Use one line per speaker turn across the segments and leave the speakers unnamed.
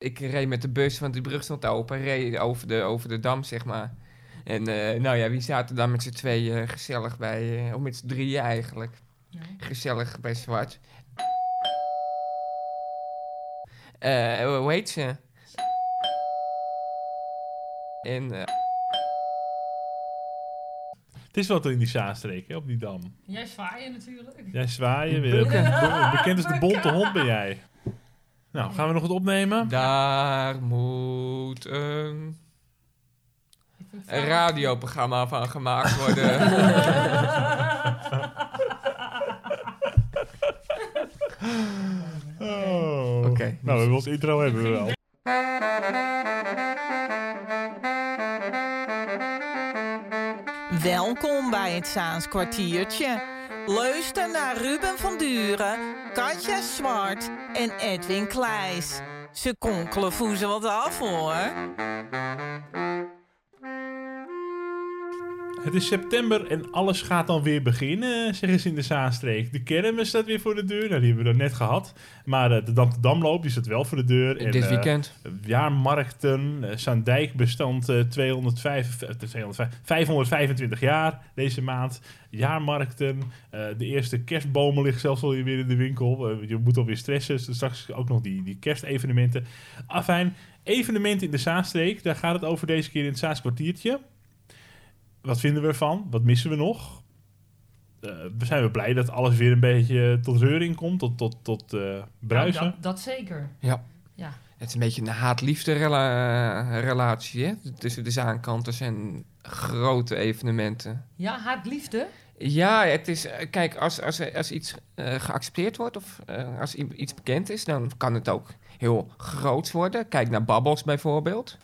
ik reed met de bus, want die brug stond open. Reed over de, over de dam, zeg maar. En eh, nou ja, wie zaten daar met z'n tweeën gezellig bij, eh, of met z'n drieën eigenlijk, gezellig bij Zwart. Eh, hoe- hoe heet ze? En eh,
Het is wat er in die Zaanstreek, hè, op die dam.
Jij zwaaien natuurlijk. Nou,
Jij zwaaien
Die
weer.
Oh
bukken.
Bekend als de bonte
Bukken.
hond ben jij. Nou, gaan we nog wat opnemen?
daar moet een
Ik vind het
een
wel-
radioprogramma van gemaakt worden.
Oh.
Oké.
Nou, we hebben ons intro hebben we wel.
Welkom bij het Zaans kwartiertje. Luister naar Ruben van Duren, Katja Zwart en Edwin Kleijs. Ze konkelen voezen wat af hoor.
Het is september en alles gaat dan weer beginnen, zeggen ze in de Zaanstreek. De kermis staat weer voor de deur, nou, die hebben we dan net gehad. Maar eh, de Dam te Damloop die staat wel voor de deur. En,
Dit
eh,
weekend.
jaarmarkten. eh, Zaandijk bestond eh, 205, eh, 205, 525 jaar deze maand. Jaarmarkten. eh, de eerste kerstbomen liggen zelfs alweer weer in de winkel. Eh, je moet alweer stressen. Dus straks ook nog die, die kerstevenementen. Afijn, evenementen in de Zaanstreek. Daar gaat het over deze keer in het Zaans kwartiertje. Wat vinden we ervan? Wat missen we nog? Eh, zijn we blij dat alles weer een beetje tot reuring komt? Tot, tot, tot eh, bruisen?
Nou, dat, dat zeker.
Ja.
Ja.
Het is een beetje een haat-liefde rela- eh, relatie hè? tussen de zaankanters en grote evenementen.
Ja, haatliefde.
Ja, het is. eh, Kijk, als, als, als iets eh, geaccepteerd wordt of eh, als i- iets bekend is, dan kan het ook heel groot worden. Kijk naar Babbels bijvoorbeeld.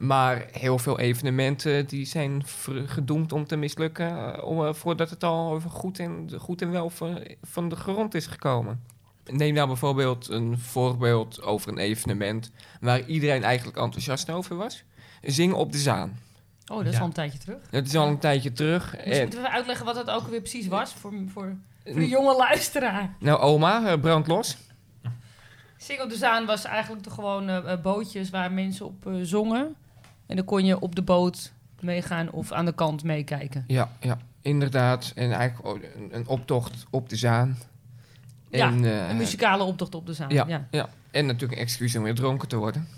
Maar heel veel evenementen die zijn ver- gedoemd om te mislukken eh, om, eh, voordat het al goed en, goed en wel van, van de grond is gekomen. Neem nou bijvoorbeeld een voorbeeld over een evenement waar iedereen eigenlijk enthousiast over was. Zing op de Zaan.
Oh, dat is
Ja.
al een tijdje terug.
Dat is al een tijdje terug.
Misschien
En,
moeten we even uitleggen wat het ook weer precies was voor, voor, voor de jonge luisteraar.
nou, oma, eh, brand los.
Single de Zaan was eigenlijk de gewone eh, bootjes waar mensen op eh, zongen. En dan kon je op de boot meegaan of aan de kant meekijken.
Ja, ja, inderdaad. En eigenlijk o- een- een optocht op de Zaan.
Ja,
eh,
Een muzikale optocht op de Zaan.
ja,
Ja.
ja. en natuurlijk een excuus om weer dronken te worden.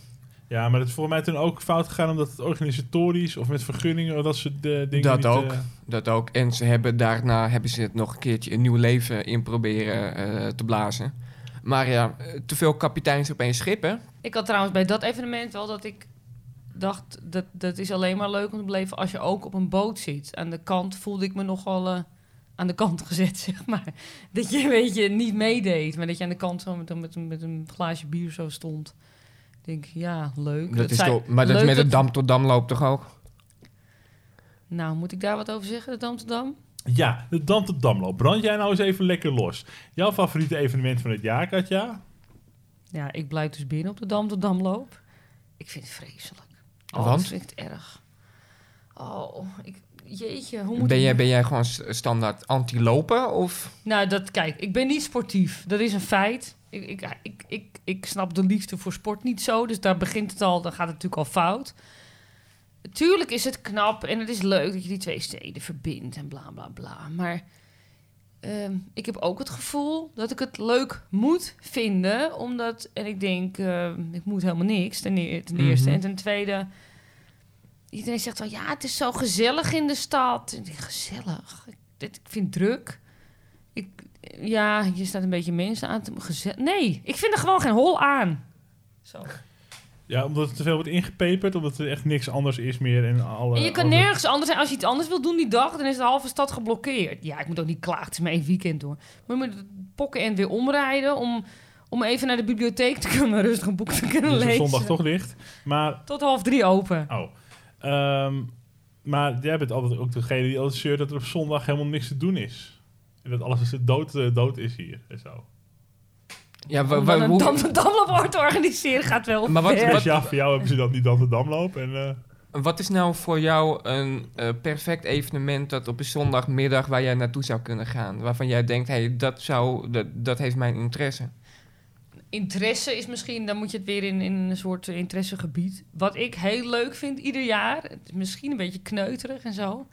Ja, maar het is volgens mij toen ook fout gegaan omdat het organisatorisch of met vergunningen of dat soort eh, dingen.
Dat
niet,
ook.
eh,
Dat ook. En ze hebben, daarna hebben ze het nog een keertje een nieuw leven in proberen eh, te blazen. Maar ja, eh, te veel kapiteins op één schip, hè?
Ik had trouwens bij dat evenement wel dat ik dacht... dat, dat is alleen maar leuk om te beleven als je ook op een boot zit. Aan de kant voelde ik me nogal eh, aan de kant gezet, zeg maar. Dat je een beetje niet meedeed, maar dat je aan de kant zo met, een- met, een- met een glaasje bier zo stond. Ik denk, ja, leuk.
Dat is
zijn-
toch, maar dat is
leuk
met de dam tot dam loopt toch ook?
Nou, moet ik daar wat over zeggen, de Amsterdam?
Ja, de Dam tot Damloop. Brand jij nou eens even lekker los. Jouw favoriete evenement van het jaar, Katja?
Ja, ik blijf dus binnen op de Dam tot Damloop. Ik vind het vreselijk. Oh,
Want?
Ik vind het erg. Oh, ik, jeetje, hoe moet
Ben
ik...
jij, ben jij gewoon s- standaard anti-lopen? Of
Nou, dat, kijk, ik ben niet sportief. Dat is een feit. Ik, ik, ik, ik, ik snap de liefde voor sport niet zo. Dus daar begint het al, dan gaat het natuurlijk al fout. Tuurlijk is het knap en het is leuk dat je die twee steden verbindt en bla bla bla. Maar ehm, ik heb ook het gevoel dat ik het leuk moet vinden. Omdat, en ik denk, ehm, ik moet helemaal niks ten, e- ten eerste.
Mhm.
En ten tweede, iedereen zegt wel, ja, het is zo gezellig in de stad. En ik denk, gezellig? Ik, dit- ik vind het druk. Ik, ja, je staat een beetje mensen aan te gezet. Nee, ik vind er gewoon geen hol aan. Zo.
Ja, omdat het te veel wordt ingepeperd, omdat er echt niks anders is meer. En, alle,
En je kan
alle-
nergens anders zijn. Als je iets anders wil doen die dag, dan is de halve stad geblokkeerd. Ja, ik moet ook niet klagen. Het is maar één weekend hoor. Maar je moet het pokken en weer omrijden om, om even naar de bibliotheek te kunnen. Rustig een boek te kunnen
Dus op
lezen.
zondag toch licht. Maar,
Tot half drie open.
oh. Ehm, maar jij bent altijd ook degene die altijd zeurt dat er op zondag helemaal niks te doen is. En dat alles dood, eh, dood is hier en zo.
ja, wa-
Om
wa-
dan een
hoe-
dam damlabor te organiseren gaat wel
Maar wat-
ver.
wat-
Speciaal Dus voor jou hebben ze dan die Dam tot Damloop. En, eh,
Wat is nou voor jou een eh, perfect evenement dat op een zondagmiddag waar jij naartoe zou kunnen gaan? Waarvan jij denkt, hé, hey, dat, zou- dat, dat heeft mijn interesse.
interesse is misschien, dan moet je het weer in, in een soort eh, interessegebied. Wat ik heel leuk vind ieder jaar, het is misschien een beetje kneuterig en zo.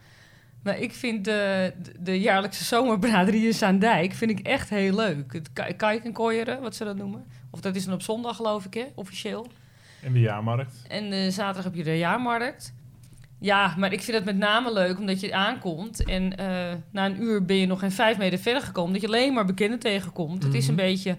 Maar ik vind de, de, de jaarlijkse zomerbraderie in Zaandijk vind ik echt heel leuk. Het ki- kijk en kooieren, wat ze dat noemen. Of dat is dan op zondag, geloof ik, hè, officieel.
En de jaarmarkt.
En eh, zaterdag heb je de jaarmarkt. Ja, maar ik vind het met name leuk omdat je aankomt en eh, na een uur ben je nog geen vijf meter verder gekomen. Dat je alleen maar bekenden tegenkomt. Het is een
Mhm.
beetje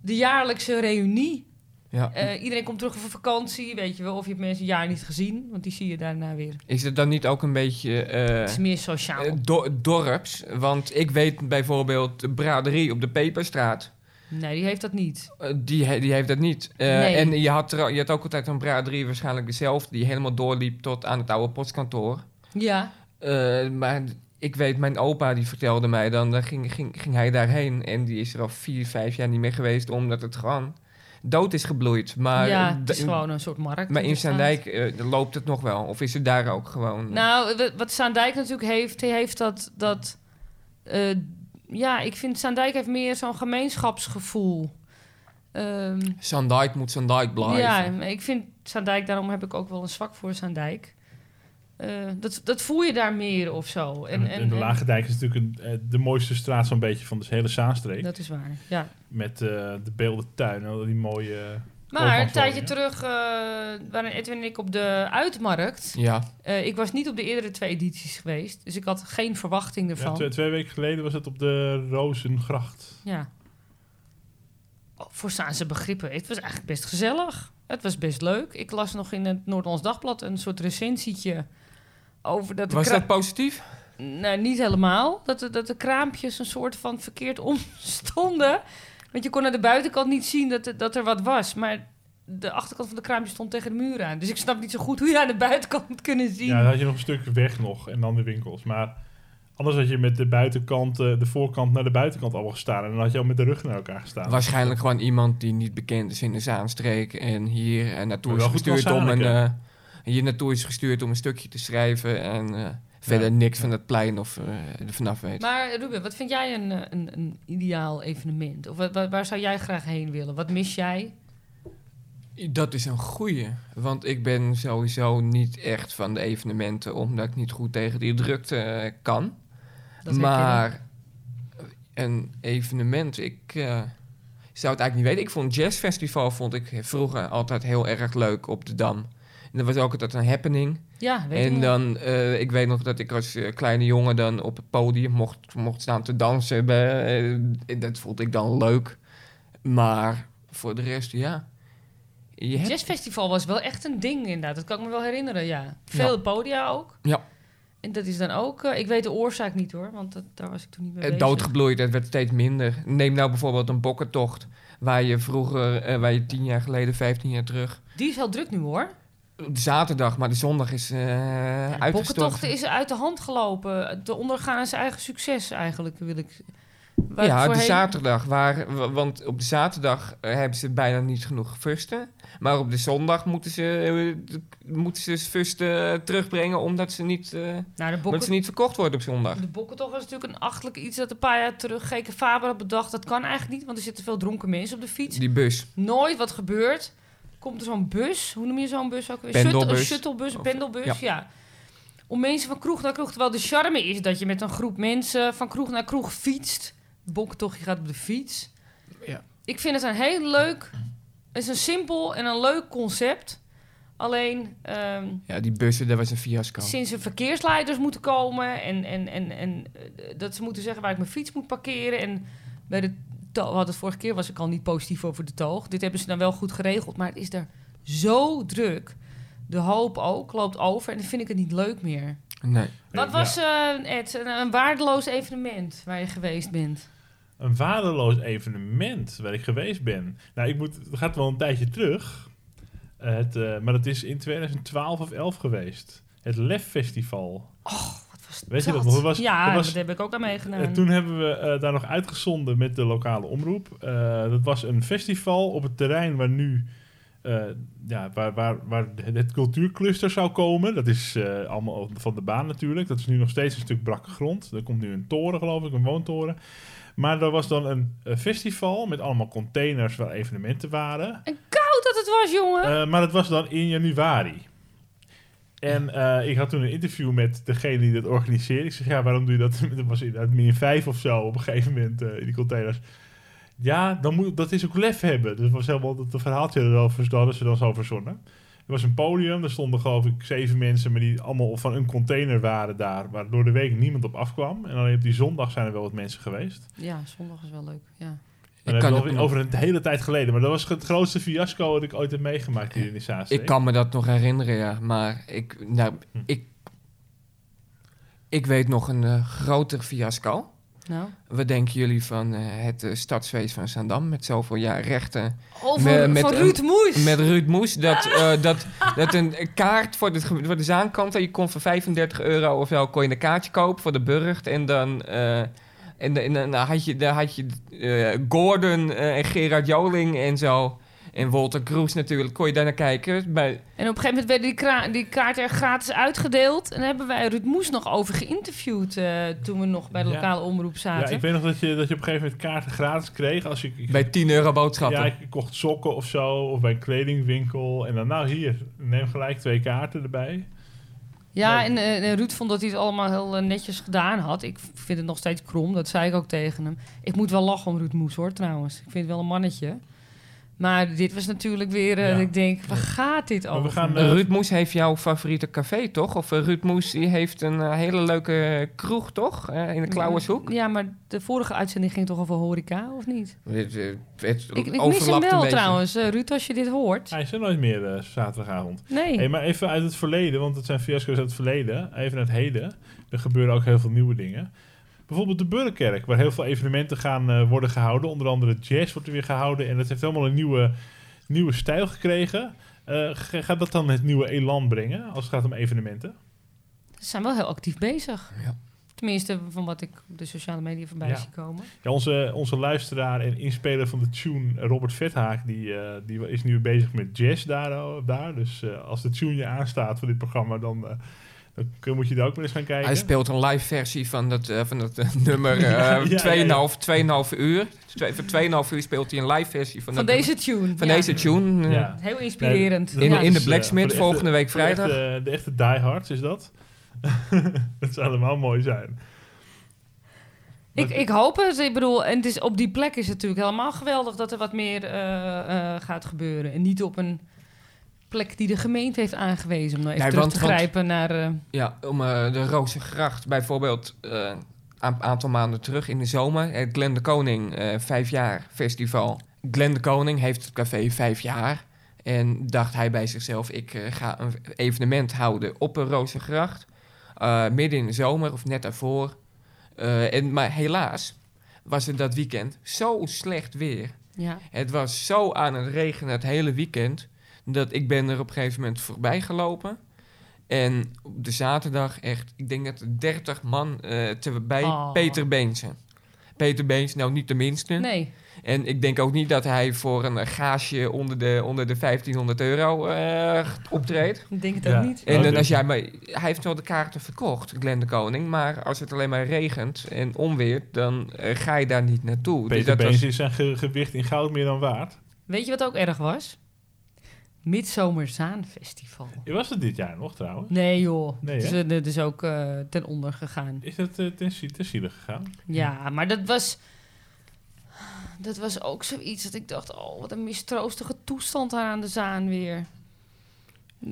de jaarlijkse reunie.
Ja.
Eh, iedereen komt terug van vakantie, weet je wel. Of je hebt mensen een jaar niet gezien, want die zie je daarna weer.
Is het dan niet ook een beetje eh,
Het is meer sociaal.
eh, do- dorps? Want ik weet bijvoorbeeld de braderie op de Peperstraat.
nee, die heeft dat niet.
eh, die, he- die heeft dat niet. Eh,
Nee.
En je had, er, je had ook altijd een braderie, waarschijnlijk dezelfde, die helemaal doorliep tot aan het oude postkantoor.
Ja,
Eh, maar ik weet, mijn opa die vertelde mij dan, dan ging, ging, ging hij daarheen. En die is er al vier, vijf jaar niet meer geweest, omdat het gewoon dood is gebloeid. Maar,
ja
eh,
het is
da-
gewoon een soort markt.
maar in
die er staat.
Zaandijk eh, loopt het nog wel. Of is het daar ook gewoon... eh,
Nou, w- wat Zaandijk natuurlijk heeft, die heeft dat. dat eh, ja, ik vind Zaandijk heeft meer zo'n gemeenschapsgevoel. Ehm,
Zaandijk moet Zaandijk blijven.
ja, maar ik vind Zaandijk, daarom heb ik ook wel een zwak voor Zaandijk. Eh, dat, dat voel je daar meer of zo.
En, en de Lage Dijk is natuurlijk een, eh, de mooiste straat zo'n beetje van de hele Zaanstreek.
Dat is waar, ja.
Met eh, de beeldentuin, en al die mooie... eh,
Maar
Overal
een tijdje
zo, ja.
terug eh, waren Edwin en ik op de uitmarkt.
Ja.
Eh, ik was niet op de eerdere twee edities geweest, dus ik had geen verwachting
Ja,
ervan.
twee, twee weken geleden was het op de Rozengracht.
Ja. Oh, Voor Saanse begrippen. Het was eigenlijk best gezellig. Het was best leuk. Ik las nog in het Noord-Ons Dagblad een soort recensietje over dat... de
Was
kra-
dat positief?
Nou, niet helemaal. Dat de, dat de kraampjes een soort van verkeerd omstonden. Want je kon aan de buitenkant niet zien dat, er- dat er wat was. Maar de achterkant van de kraampjes stond tegen de muur aan. Dus ik snap niet zo goed hoe je aan de buitenkant moet kunnen zien.
Ja, dan had je nog een stuk weg nog en dan de winkels. Maar anders had je met de buitenkant, eh, de voorkant naar de buitenkant allemaal gestaan. En dan had je al met de rug naar elkaar gestaan.
Waarschijnlijk gewoon iemand die niet bekend is in de Zaanstreek en hier eh, naartoe
Maar
is
wel goed
gestuurd om een,
Zaanstreek,
eh, hier naartoe is gestuurd om een stukje te schrijven en eh, verder
Ja.
niks van het plein of eh er vanaf weet.
Maar Ruben, wat vind jij een, eh, een, een ideaal evenement? Of wa- wa- waar zou jij graag heen willen? Wat mis jij?
Dat is een goeie, want ik ben sowieso niet echt van de evenementen omdat ik niet goed tegen die drukte eh, kan.
Dat
maar een evenement, ik eh, zou het eigenlijk niet weten. Ik vond jazzfestival vond ik vroeger altijd heel erg leuk op de Dam. En dat was ook altijd een happening.
Ja, weet ik
En
niet.
dan, eh, ik weet nog dat ik als eh, kleine jongen dan op het podium mocht, mocht staan te dansen. Bij, eh, dat vond ik dan leuk. Maar voor de rest, ja. Je
Het
hebt-
jazzfestival was wel echt een ding inderdaad. Dat kan ik me wel herinneren, ja. Veel podia ook.
Ja.
En dat is dan ook... eh, ik weet de oorzaak niet hoor, want dat, daar was ik toen niet mee
eh,
bezig.
doodgebloeid, dat werd steeds minder. Neem nou bijvoorbeeld een bokkentocht, waar je vroeger, eh, waar je tien jaar geleden, vijftien jaar terug...
Die is heel druk nu hoor.
Zaterdag, maar de zondag is eh
De
uitgestorven.
Bokkentochten is uit de hand gelopen. De ondergaan is eigen succes eigenlijk, wil ik... Waar
Ja, de
voorheen-
zaterdag. Waar, wa- want op de zaterdag eh, hebben ze bijna niet genoeg fusten. Maar op de zondag moeten ze, eh, d- moeten ze fusten eh, terugbrengen omdat ze, niet, eh,
Nou, de
omdat
bokken...
ze niet verkocht worden op zondag.
De bokkentocht was natuurlijk een achtelijk iets dat een paar jaar terug Geke Faber had bedacht. Dat kan eigenlijk niet, want er zitten veel dronken mensen op de fiets.
Die bus.
Nooit wat gebeurt. Komt er zo'n bus, hoe noem je zo'n bus ook weer?
Pendelbus.
Shuttle- een shuttlebus, een
Of-
pendelbus, ja.
ja.
Om mensen van kroeg naar kroeg. Terwijl de charme is dat je met een groep mensen van kroeg naar kroeg fietst. Bokkentochtje gaat op de fiets.
Ja.
Ik vind het een heel leuk... Het is een simpel en een leuk concept. Alleen... ehm,
Ja, die bussen, dat was een fiasco.
sinds er verkeersleiders moeten komen en, en, en, en eh, dat ze moeten zeggen waar ik mijn fiets moet parkeren. En bij de to- we hadden het vorige keer was ik al niet positief over de toog. Dit hebben ze dan wel goed geregeld, maar het is daar zo druk. De hoop ook loopt over en dan vind ik het niet leuk meer.
Nee.
Wat
Ja.
was, eh, Ed, een, een waardeloos evenement waar je geweest bent?
Een waardeloos evenement waar ik geweest ben. Nou, ik moet, het gaat wel een tijdje terug. Eh, het, eh, maar het is in 2012 of 11 geweest. Het Lef Festival.
Wat was
Weet je dat nog? Dat was-
ja,
dat
dat,
was-
heb ik ook aan meegenomen.
En toen hebben we eh, daar nog uitgezonden met de lokale omroep. Eh, dat was een festival op het terrein waar nu eh, ja, waar, waar, waar het cultuurcluster zou komen. Dat is eh, allemaal van de baan natuurlijk. Dat is nu nog steeds een stuk brakke grond. Er komt nu een toren, geloof ik, een woontoren. Maar er was dan een eh, festival met allemaal containers waar evenementen waren.
Koud dat het was, jongen.
Eh, maar dat was dan in januari. En eh, ik had toen een interview met degene die dat organiseerde. Ik zeg, ja, waarom doe je dat? Dat was inderdaad min 5 of zo op een gegeven moment eh, in die containers. Ja, dan moet, dat is ook lef hebben. Dus dat was helemaal dat dat verhaaltje erover dat hadden ze dan zo verzonnen. Er was een podium, daar stonden geloof ik zeven mensen, maar die allemaal van een container waren daar, waar door de week niemand op afkwam. En alleen op die zondag zijn er wel wat mensen geweest.
Ja, zondag is wel leuk. Ja.
En
Ik
dat
kan,
hebben
het
we
me
over een hele tijd geleden, maar dat was het grootste fiasco dat ik ooit heb meegemaakt hier in de
nog-
Zaanstreek.
ik kan me dat nog herinneren, ja. Maar ik, nou,
Hm.
ik, ik weet nog een eh, groter fiasco.
Nou.
Wat denken jullie van eh, het eh, stadsfeest van Zandam met zoveel jaar rechten?
Over
Me- met
van
een-
Ruud Moes.
Met Ruud Moes, dat, eh, dat, dat een kaart voor de, voor de zaankanten, je kon voor 35 euro of zo, kon je een kaartje kopen voor de burcht. En dan, eh, en, en dan had je, daar had je eh, Gordon eh, en Gerard Joling en zo. En Walter Kroes natuurlijk, kon je daar naar kijken. Bij,
En op een gegeven moment werden die, kra- die kaarten er gratis uitgedeeld. En daar hebben wij Ruud Moes nog over geïnterviewd eh, toen we nog bij de
Ja.
lokale omroep
Ja,
zaten.
ik weet nog dat je, dat je op een gegeven moment kaarten gratis kreeg. Als je, ik,
bij 10 euro boodschappen.
ja, ik kocht sokken of zo, of bij een kledingwinkel. En dan, nou hier, neem gelijk twee kaarten erbij.
Ja,
Nee.
en, eh, en Ruud vond dat hij het allemaal heel eh, netjes gedaan had. Ik vind het nog steeds krom, dat zei ik ook tegen hem. Ik moet wel lachen om Ruud Moes hoor, trouwens. Ik vind het wel een mannetje. Maar dit was natuurlijk weer, eh,
Ja.
dat ik denk, waar gaat dit
Maar we
over?
gaan, eh,
Ruud Moes heeft jouw favoriete café, toch? Of eh, Ruud Moes die heeft een eh, hele leuke kroeg, toch? Eh, in de Klauwershoek.
Ja, maar de vorige uitzending ging toch over horeca, of niet?
Het, eh, het
Ik, ik mis hem
overlapt een
wel
beetje.
trouwens, Eh, Ruud, als je dit hoort.
Hij is er nooit meer eh, zaterdagavond.
Nee.
Hey, maar even uit het verleden, want het zijn fiasco's uit het verleden. Even naar het heden. Er gebeuren ook heel veel nieuwe dingen. Bijvoorbeeld de Burgerkerk, waar heel veel evenementen gaan eh, worden gehouden. Onder andere jazz wordt er weer gehouden. En dat heeft helemaal een nieuwe, nieuwe stijl gekregen. Eh, ga- gaat dat dan het nieuwe elan brengen, als het gaat om evenementen?
Ze zijn wel heel actief bezig.
Ja.
Tenminste, van wat ik op de sociale media voorbij
Ja.
zie komen.
Ja, onze, onze luisteraar en inspeler van de tune, Robert Vethaak, die, eh, die is nu bezig met jazz daar. daar. Dus eh, als de tune je aanstaat voor dit programma, dan, eh, dan kun- moet je daar ook maar eens gaan kijken.
Hij speelt een live versie van dat, eh, van dat eh, nummer eh
Ja, ja, ja, ja.
2,5 2,5 uur. Twee- Voor 2,5 uur speelt hij een live versie van,
Van
dat-
deze tune.
van
ja.
deze tune. eh,
Ja.
Heel inspirerend.
Nee,
In,
dat
Ja.
in de
is, eh, voor de
Blacksmith
echte-
volgende week
De echte,
vrijdag.
de echte diehards is dat. dat zou allemaal mooi zijn.
Ik, ik hoop het. Ik bedoel, en het is, op die plek is het natuurlijk helemaal geweldig dat er wat meer eh, eh, gaat gebeuren. En niet op een plek die de gemeente heeft aangewezen. Om nou even
Nee,
terug
want-
te
want-
grijpen naar... eh,
Ja, om eh, de Rozengracht bijvoorbeeld eh, een aantal maanden terug in de zomer. Het Glen de Koning eh, vijf jaar festival. Glen de Koning heeft het café vijf jaar. En dacht hij bij zichzelf, ik eh, ga een evenement houden op een Rozengracht. eh, midden in de zomer of net daarvoor. Eh, en, maar helaas was het dat weekend zo slecht weer.
ja.
Het was zo aan het regenen het hele weekend. Dat ik ben er op een gegeven moment voorbij gelopen. En op de zaterdag echt, ik denk dat er 30 man eh te, bij
Oh.
Peter Beensen. Peter Beens, nou niet de minste.
Nee.
En ik denk ook niet dat hij voor een eh, gaasje onder de, onder de 1500 euro eh, optreedt.
Ik denk het
Ja.
ook niet.
En
Oh,
dan
dus-
als jij maar, hij heeft wel de kaarten verkocht, Glenn de Koning. Maar als het alleen maar regent en onweer, dan eh, ga je daar niet naartoe. Dus
Peter
dat was-
Beens is zijn ge- gewicht in goud meer dan waard.
Weet je wat ook erg was? Midzomerzaanfestival.
Was het dit jaar nog trouwens?
Nee joh.
Nee,
het, is,
hè?
eh, het is ook eh, ten onder gegaan.
Is dat eh, ten, zie- ten ziele gegaan?
Ja, maar dat was. Dat was ook zoiets dat ik dacht: oh, wat een mistroostige toestand daar aan de zaan weer.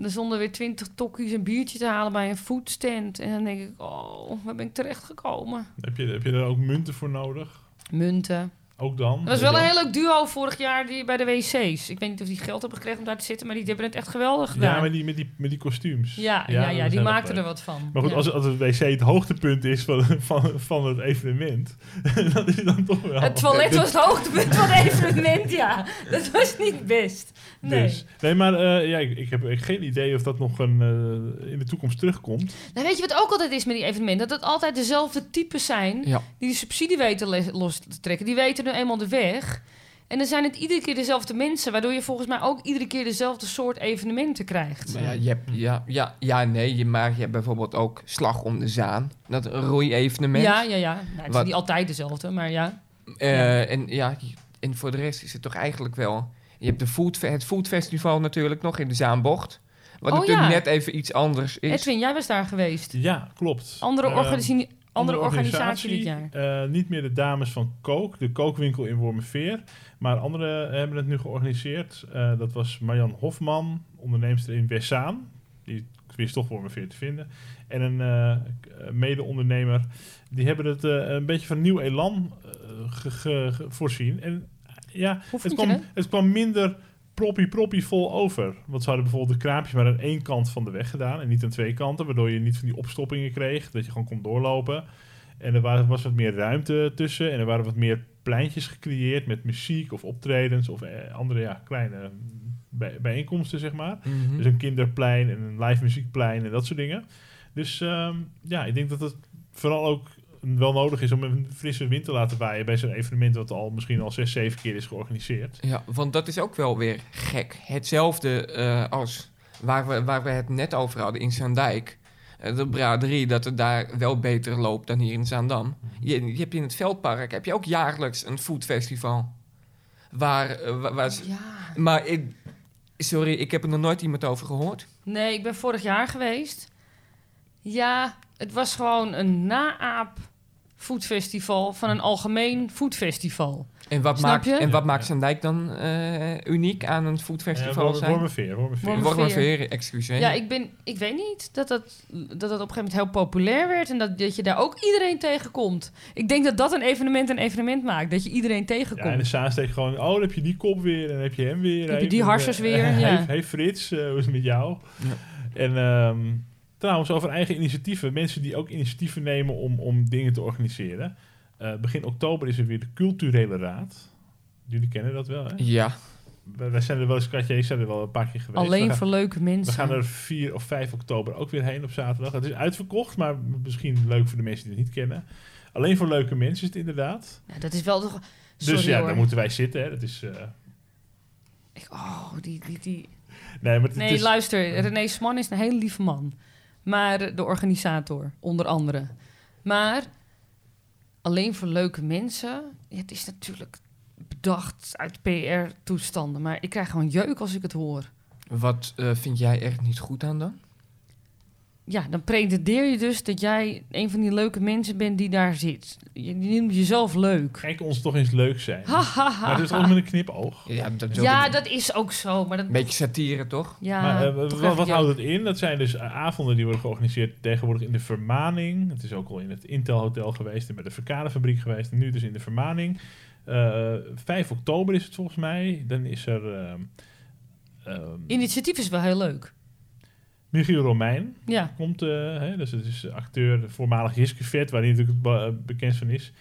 Er stonden weer twintig tokkies een biertje te halen bij een foodstand. En dan denk ik: oh, waar ben ik terechtgekomen?
Heb je, heb je er ook munten voor nodig?
Munten.
Ook dan?
Er was wel een heel leuk duo vorig jaar die, bij de wc's. Ik weet niet of die geld hebben gekregen om daar te zitten, maar die hebben het echt geweldig gedaan.
Ja, met die, met die, met die kostuums.
ja,
Ja,
ja, ja,
dat is
die
heel
maakten
leuk.
er wat van.
Maar goed,
Ja.
als, als het wc het hoogtepunt is van, van, van het evenement, dan is het dan toch wel.
het toilet was het hoogtepunt van het evenement, ja. Dat was niet best. Nee.
Dus. Nee, maar eh, ja, ik, ik heb echt geen idee of dat nog een, eh, in de toekomst terugkomt.
Nou, weet je wat ook altijd is met die evenementen? Dat het altijd dezelfde types zijn
Ja.
die de subsidie weten les- los te trekken. Die weten nu eenmaal de weg. En dan zijn het iedere keer dezelfde mensen, waardoor je volgens mij ook iedere keer dezelfde soort evenementen krijgt.
Maar ja, je
Mm.
hebt, ja, ja, ja, nee, je, maar je hebt bijvoorbeeld ook Slag om de Zaan. Dat roeievenement.
ja, ja. ja. Nou, het
Wat-
zijn niet altijd dezelfde, maar ja.
Eh,
Ja.
En ja, en voor de rest is het toch eigenlijk wel... Je hebt de food, het Food Festival natuurlijk nog in de Zaanbocht. Wat
Oh,
natuurlijk
ja.
net even iets anders is.
Edwin, jij was daar geweest.
Ja, klopt.
Andere,
Eh,
organisatie, andere, organisatie dit jaar.
organisatie, eh, niet meer de dames van Kook, de kookwinkel in Wormerveer. Maar anderen hebben het nu georganiseerd. Eh, dat was Marjan Hofman, onderneemster in Wessaan. Die wist toch Wormerveer te vinden. En een eh, eh, mede-ondernemer. Die hebben het eh, een beetje van nieuw elan eh, ge- ge- ge- voorzien. En ja,
Hoe
het
vond je
kwam,
het?
het kwam minder proppie proppie vol over. Want ze hadden bijvoorbeeld de kraampjes maar aan één kant van de weg gedaan en niet aan twee kanten, waardoor je niet van die opstoppingen kreeg, dat je gewoon kon doorlopen. En er wa- was wat meer ruimte tussen en er waren wat meer pleintjes gecreëerd met muziek of optredens of eh, andere ja, kleine mm, bij- bijeenkomsten, zeg maar.
Mhm.
Dus een kinderplein en een live muziekplein en dat soort dingen. Dus ehm, ja, ik denk dat het vooral ook wel nodig is om een frisse wind te laten waaien bij zo'n evenement wat al misschien al zes, zeven keer is georganiseerd.
Ja, want dat is ook wel weer gek. Hetzelfde eh, als waar we, waar we het net over hadden in Zaandijk. Eh, De braderie, dat het daar wel beter loopt dan hier in Zaandam. Je, je hebt in het Veldpark heb je ook jaarlijks een foodfestival. Waar, eh, wa- waar ze-
Ja.
maar ik- sorry, ik heb er nog nooit iemand over gehoord.
Nee, ik ben vorig jaar geweest. Ja, het was gewoon een naaap foodfestival van een algemeen foodfestival.
En wat
Snap
maakt,
je?
en wat
Ja,
maakt
ja.
Zaandijk dan eh, uniek aan een foodfestival
Eh, Wor-
zijn?
Wormerveer, Wormerveer.
Wormerveer.
Wormerveer, excuseer.
Ja, ik, ben, ik weet niet dat dat, dat dat op een gegeven moment heel populair werd en dat, dat je daar ook iedereen tegenkomt. Ik denk dat dat een evenement een evenement maakt, dat je iedereen
Ja, en de
tegenkomt.
Saan steekt gewoon, oh, dan heb je die kop weer en dan heb je hem weer.
je
Hey,
die
eh,
harsers weer,
hey,
ja.
hey Frits, eh, hoe is het met jou?
Ja.
En ehm, trouwens, over eigen initiatieven. Mensen die ook initiatieven nemen om, om dingen te organiseren. Eh, begin oktober is er weer de Culturele Raad. Jullie kennen dat wel, hè?
ja.
Wij wij zijn er wel eens, Katje, en ik zijn er wel een paar keer geweest.
Alleen
we gaan,
voor leuke mensen.
we gaan er 4 of 5 oktober ook weer heen op zaterdag. Het is uitverkocht, maar misschien leuk voor de mensen die het niet kennen. Alleen voor leuke mensen is het inderdaad.
Ja, dat is wel toch... Sorry
dus ja,
hoor.
daar moeten wij zitten. Hè. Dat is, eh,
Ik- oh, die, die, die...
nee, maar het
Nee,
is,
luister. René Sman is een hele lieve man. Maar eh, de organisator, onder andere. Maar alleen voor leuke mensen. Ja, het is natuurlijk bedacht uit PR-toestanden. Maar ik krijg gewoon jeuk als ik het hoor.
Wat eh, vind jij echt niet goed aan dan?
Ja, dan pretendeer je dus dat jij een van die leuke mensen bent die daar zit. Je je noemt jezelf leuk.
Kijk ons toch eens leuk zijn.
Ha, ha,
Maar
ha,
het is ook
ha.
met een knipoog.
Ja, dat wil
Ja,
ik-
dat is ook zo. Maar dat,
Een beetje satire, toch?
ja,
maar eh,
toch
wat,
krijg ik
wat
jeuk.
houdt het in? Dat zijn dus eh, avonden die worden georganiseerd tegenwoordig in de Vermaning. Het is ook al in het Intel Hotel geweest en bij de Verkadefabriek geweest. En nu dus in de Vermaning. Eh 5 oktober is het volgens mij. Dan is er ehm, ehm,
Initiatief is wel heel leuk.
Michiel Romein.
Ja,
Komt, eh, hè, dus het is acteur, de voormalige Hiskevet, waar hij natuurlijk be- eh, bekend van is.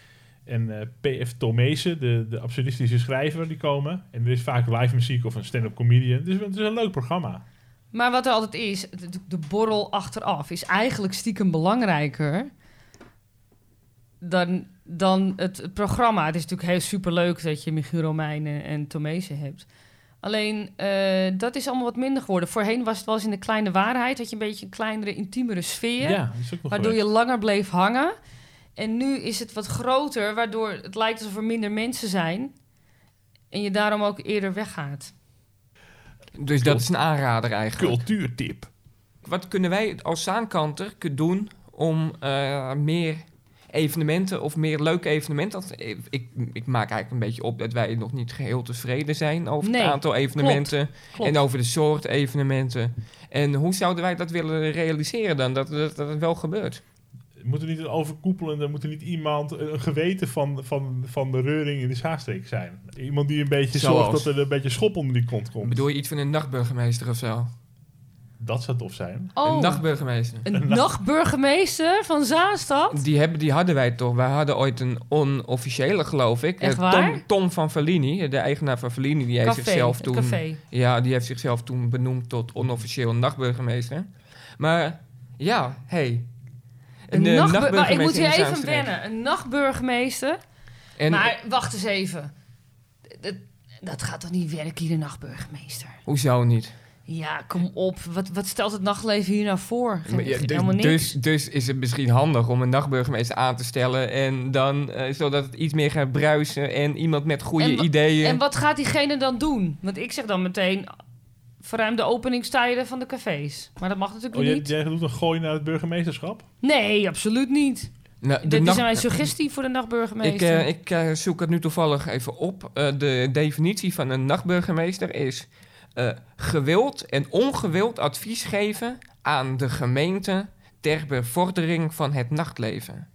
En eh, P.F. Tomezen, de, de absurdistische schrijver, die komen. En er is vaak live muziek of een stand-up comedian. Dus het is een leuk programma.
Maar wat er altijd is, de, de borrel achteraf is eigenlijk stiekem belangrijker dan, dan het, het programma. Het is natuurlijk heel superleuk dat je Michiel Romein en, en Tomezen hebt. Alleen, eh, dat is allemaal wat minder geworden. Voorheen was het wel eens in de kleine waarheid, had je een beetje een kleinere, intiemere sfeer.
dat is ook nog
Waardoor
leuk.
je langer bleef hangen. En nu is het wat groter, waardoor het lijkt alsof er minder mensen zijn. En je daarom ook eerder weggaat.
Dus dat is een aanrader eigenlijk.
Cultuurtip.
Wat kunnen wij als zaankanter kun- doen om eh, meer evenementen of meer leuke evenementen? Want ik, ik, ik maak eigenlijk een beetje op dat wij nog niet geheel tevreden zijn over
Nee,
het aantal evenementen
Klopt.
en over de soort evenementen. En hoe zouden wij dat willen realiseren dan, dat, dat, dat het wel gebeurt?
Moet er niet een overkoepelende, moet er niet iemand, eh, een een geweten van, van, van de reuring in de schaarstreek zijn? Iemand die een beetje
Zoals?
zorgt dat er een beetje schop onder die kont komt.
Bedoel je iets van een nachtburgemeester of zo?
Dat zou tof zijn.
Een
Oh.
nachtburgemeester.
Een nachtburgemeester van Zaanstad?
Die, hebben, die hadden wij toch. Wij hadden ooit een onofficiële, geloof ik.
Echt
Eh, Tom,
waar?
Tom van Verlini, de eigenaar van Verlini, die heeft
Café,
zichzelf
het
toen...
café.
Ja, die heeft zichzelf toen benoemd tot onofficieel nachtburgemeester. Maar ja, hey.
Een
eh,
nachtbur- maar ik
nachtburgemeester
moet
in
hier
de
even
Zaanstreek.
wennen. Een nachtburgemeester.
En eh,
maar wacht eens even. Dat, dat gaat toch niet werken hier, de nachtburgemeester?
hoezo niet?
Ja, kom op. Wat, wat stelt het nachtleven hier nou voor? Geen,
Maar ja,
geen-
dus,
helemaal niks.
dus, dus is het misschien handig om een nachtburgemeester aan te stellen. En dan, eh, zodat het iets meer gaat bruisen. En iemand met
En
goede
wa-
ideeën.
En wat gaat diegene dan doen? Want ik zeg dan meteen... verruim de openingstijden van de cafés. Maar dat mag natuurlijk
Oh, jij,
niet.
jij doet een gooi naar het burgemeesterschap?
Nee, absoluut niet.
Nou, de
Dit
nacht-
is mijn suggestie voor de
Ik,
nachtburgemeester.
eh, ik eh, zoek het nu toevallig even op. Eh, de definitie van een nachtburgemeester is eh, gewild en ongewild advies geven aan de gemeente ter bevordering van het nachtleven.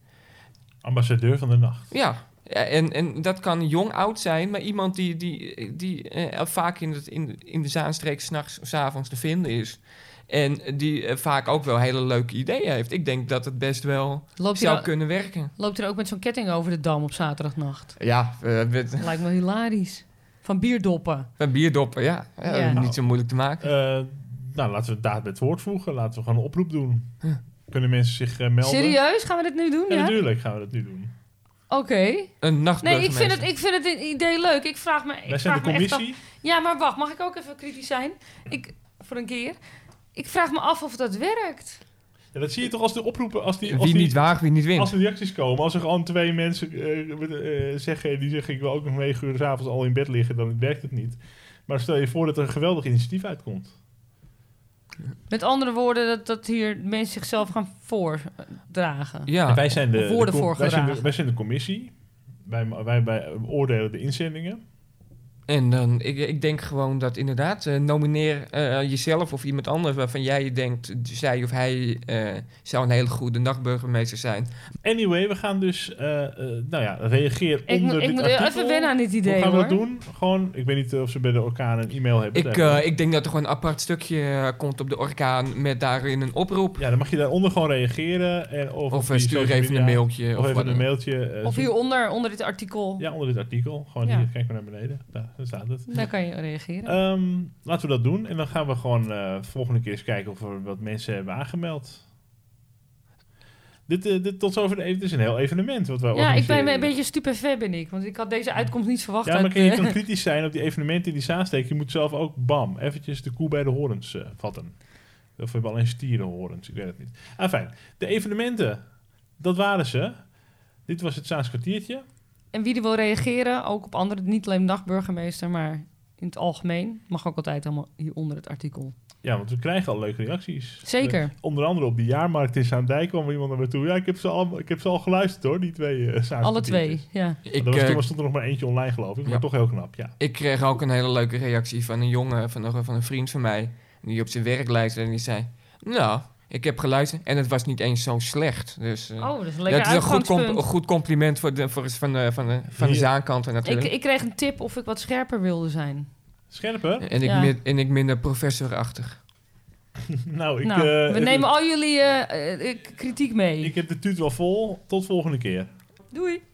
Ambassadeur van de nacht.
Ja, ja, en, en dat kan jong oud zijn, maar iemand die, die, die eh, vaak in, het, in, in de Zaanstreek s'nachts of 's avonds te vinden is. En die eh, vaak ook wel hele leuke ideeën heeft. Ik denk dat het best wel
loopt, hij
zou
dan-
kunnen werken.
loopt hij dan ook met zo'n ketting over de dam op zaterdagnacht?
Ja, eh, met,
Lijkt me hilarisch. Van bierdoppen.
met bierdoppen, ja. Ja,
Ja.
Niet zo moeilijk te maken.
Eh, nou, laten we het daad bij het woord voegen. Laten we gewoon een oproep doen. Kunnen mensen zich eh, melden?
Serieus? Gaan we dit nu doen?
Ja,
Ja? Oké.
natuurlijk gaan we dat nu doen. Eh,
Een
Nee, ik
nachtburgemeester.
vind, het, ik vind het een idee leuk. Ik vraag me, ik
Wij zijn
vraag
de
me echt af-
commissie.
Ja, maar wacht, mag ik ook even kritisch zijn? Ik, voor een keer. Ik vraag me af of dat werkt.
Ja, dat zie je toch als de oproepen... Als die, als
Wie
die-
niet waagt, wie niet wint.
Als er reacties komen, als er gewoon twee mensen eh, met, eh, zeggen, die zeggen ik wil ook nog negen uur 's avonds al in bed liggen, dan werkt het niet. Maar stel je voor dat er een geweldig initiatief uitkomt.
Met andere woorden, dat, dat hier mensen zichzelf gaan voordragen.
En
Ja,
wij zijn de,
Of worden
de com- wij, zijn de,
voorgedragen.
wij zijn de commissie. Wij, ma- wij, wij beoordelen de inzendingen.
en dan, ik, ik denk gewoon dat inderdaad, eh, nomineer eh, jezelf of iemand anders waarvan jij denkt, zij of hij eh, zou een hele goede nachtburgemeester zijn.
Anyway, we gaan dus, eh, eh, nou ja, reageer
Ik, moet-
onder
ik
dit
moet
artikel.
even wennen aan dit idee
Hoe gaan we
hoor.
dat doen? Gewoon, ik weet niet of ze bij de orkaan een e-mail hebben.
Ik,
Daar-
eh, ik denk dat er gewoon een apart stukje eh, komt op de orkaan met daarin een oproep.
ja, dan mag je daaronder gewoon reageren. En, of op
Of eh,
die
stuur
social
even een
media.
mailtje.
Of
wat
even een
dan ook.
mailtje. eh,
Of
zo-
hieronder, onder dit artikel.
Ja, onder dit artikel. Gewoon
Ja.
hier, kijk maar naar beneden. Daar, daar staat het.
Daar kan je reageren.
Ehm, laten we dat doen. En dan gaan we gewoon eh, volgende keer eens kijken of er wat mensen hebben aangemeld. Dit, eh, dit tot zover de even, dit is een heel evenement wat wij
ja, ik ben
organiseren.
een beetje stupefait ben ik. Want ik had deze uitkomst niet verwacht.
Ja, maar
uit,
kijk, je
eh,
kan kritisch zijn op die evenementen in die zaansteek. Je moet zelf ook, bam, eventjes de koe bij de horens eh, vatten. Of we hebben alleen stierenhorens, ik weet het niet. Ah, fijn. De evenementen, dat waren ze. Dit was het Zaans kwartiertje.
En wie er wil reageren, ook op andere, niet alleen nachtburgemeester, maar in het algemeen, mag ook altijd allemaal hieronder het artikel.
Ja, want we krijgen al leuke reacties. Eh,
Zeker.
Onder andere op die jaarmarkt in Zaandijk kwam er iemand naar me toe. Ja, ik heb ze al, ik heb ze al geluisterd hoor, die twee eh Zaanse
Alle
kwartiertjes.
twee, ja.
Ik,
er was,
eh,
toen was- stond er nog maar eentje online geloof ik, maar
Ja.
toch heel knap, ja.
ik kreeg ook een hele leuke reactie van een jongen, van een, van een vriend van mij, die op zijn werk luisterde en die zei, nou, ik heb geluisterd en het was niet eens zo slecht. Dus, eh,
Oh, dat is een lekker
ja, het is een goed, comp- oh,
uitgangspunt.
een goed compliment voor de, voor, van de, van de, van de
Hier.
zaankant
ik,
natuurlijk.
ik kreeg een tip of ik wat scherper wilde zijn.
Scherper?
en, ik
ja.
min- en ik minder professorachtig.
nou, ik,
nou,
eh,
we
ik-
nemen al jullie eh, eh, eh, kritiek mee.
ik heb de tuut wel vol. Tot volgende keer.
Doei!